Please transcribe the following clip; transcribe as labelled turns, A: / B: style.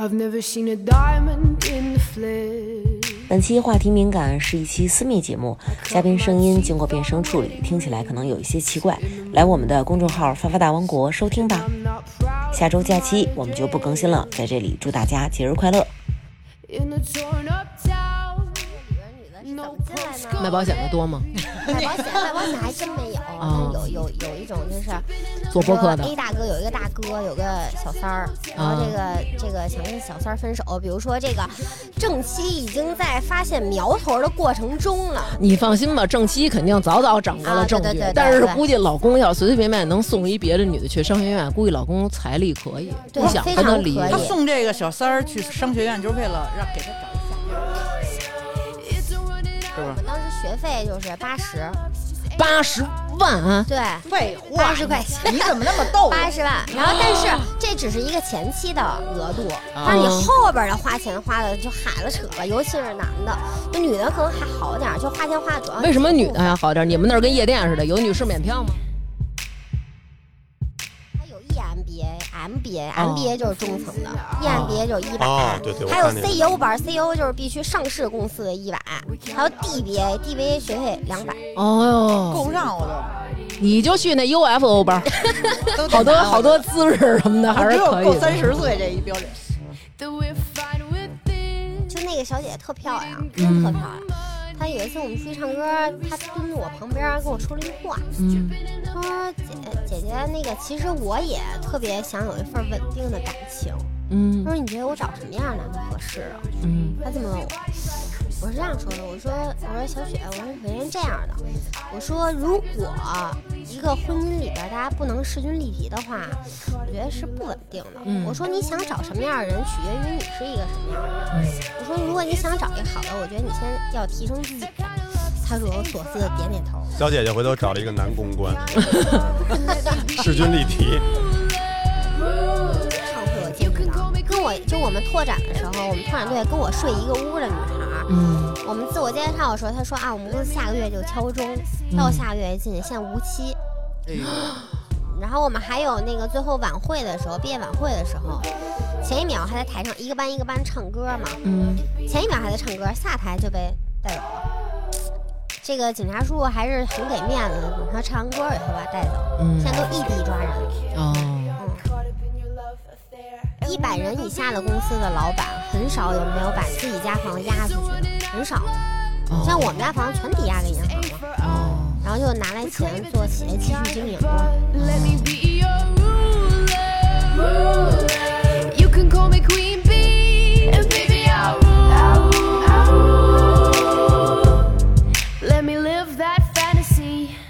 A: I've never seen a diamond in the flesh.
B: 本期话题敏感是一期私密节目，嘉宾声音经过变声处理，听起来可能有一些奇怪。来我们的公众号“发发大王国”收听吧。
A: I'm not proud.
B: 下周假期我们就不更新了，在这里祝大家节日快乐！
A: In a torn up town.
C: 女的是怎么进来呢？
D: 卖保险的多
C: 嗯
D: 吗？
C: 买保险，卖保险还真没有，有有有一种就是
D: 做哦播客的啊
C: 说 A 大哥有一个大哥，有个小三儿，然后这个、这个想跟小三儿分手，比如说这个正妻已经在发现苗头的过程中了，
D: 你放心吧，正妻肯定早早掌握了
C: 啊对
D: 证
C: 对
D: 据
C: 对对，
D: 但是
C: 对
D: 估计老公要随随便便能送一别的女的去商学院，估计老公财力可以，
C: 对
D: 不想跟他离
C: 非。常
E: 他
C: 可以
E: 送这个小三儿去商学院，就是为了让给他找一下。
A: It's a running out.
E: 是不
C: 我当时学费就是八十，
D: 八十万啊！
C: 对。
E: 废话，
C: 八十块钱，
E: 你怎么那么逗？
C: 八十万，然后但是这只是一个前期的额度，
D: 啊
C: 但是你后边的花钱花的就海了扯了，尤其是男的，那女的可能还好点儿，就花钱花的主要
D: 为什么女的还好点？你们那儿跟夜店似的，有女士免票吗？
C: 还有 EMBA、MBA、
D: 哦
C: MBA 就是中层的，EMBA 就是一百、
F: 哦对对我
C: 还有 E
F: 看那个
C: CEO 班，CEO 就是必须上市公司的一百，还有 DBA，DBA 学费两百，
D: 哦
E: 够不上我都，
D: 哟，你就去那 UFO 班，
E: 都
D: 好多好多姿势什么的还
C: 哦
D: 是可
E: 我只有
D: 以
E: 够
D: 的
E: 三十岁这一标准。
A: That we're fine with this.
C: 就那个小姐姐特漂
D: 嗯
C: 亮，真特漂亮。她有一次我们出去唱歌，她蹲我旁边跟我说了一句话，
D: 嗯
C: 她说：“姐姐姐，那个其实我也特别想有一份稳定的感情。”
D: 嗯
C: 她说：“你觉得我找什么样的男的合适啊？”
D: 嗯，
C: 他这么问我，我是这样说的，我说我说小雪，我说首先是这样的，我说如果一个婚姻里边大家不能势均力敌的话，我觉得是不稳定的。
D: 嗯
C: 我说你想找什么样的人，取决于你是一个什么样的人。我说如果你想找一个好的，我觉得你先要提升自己。他若有所思的点点头。
F: 小姐姐回头找了一个男公关，势均力敌。
C: 上回我见不到，跟我就我们拓展的时候，我们拓展队跟我睡一个屋的女孩，嗯，我们自我介绍的时候，她说啊，我们公司下个月就敲钟，
D: 嗯
C: 到下个月进去，现在无期。
E: 哎呦，
C: 然后我们还有那个最后晚会的时候，毕业晚会的时候，前一秒还在台上一个班一个班唱歌嘛，
D: 嗯，
C: 前一秒还在唱歌，下台就被带走了。这个警察叔叔还是很给面子的，他唱完歌以后把他带走，
D: 嗯
C: 现在都异地抓人。
D: 哦，
C: 一百人以下的公司的老板很少有没有把自己家房押出去的，很少。像我们家房全抵押给银行了，然后就拿来钱做企业继续经营了。
A: Let me be your ruler. You can call me Queen Bee, and baby I'll rule. I'll rule. I'll rule. Let me live that fantasy.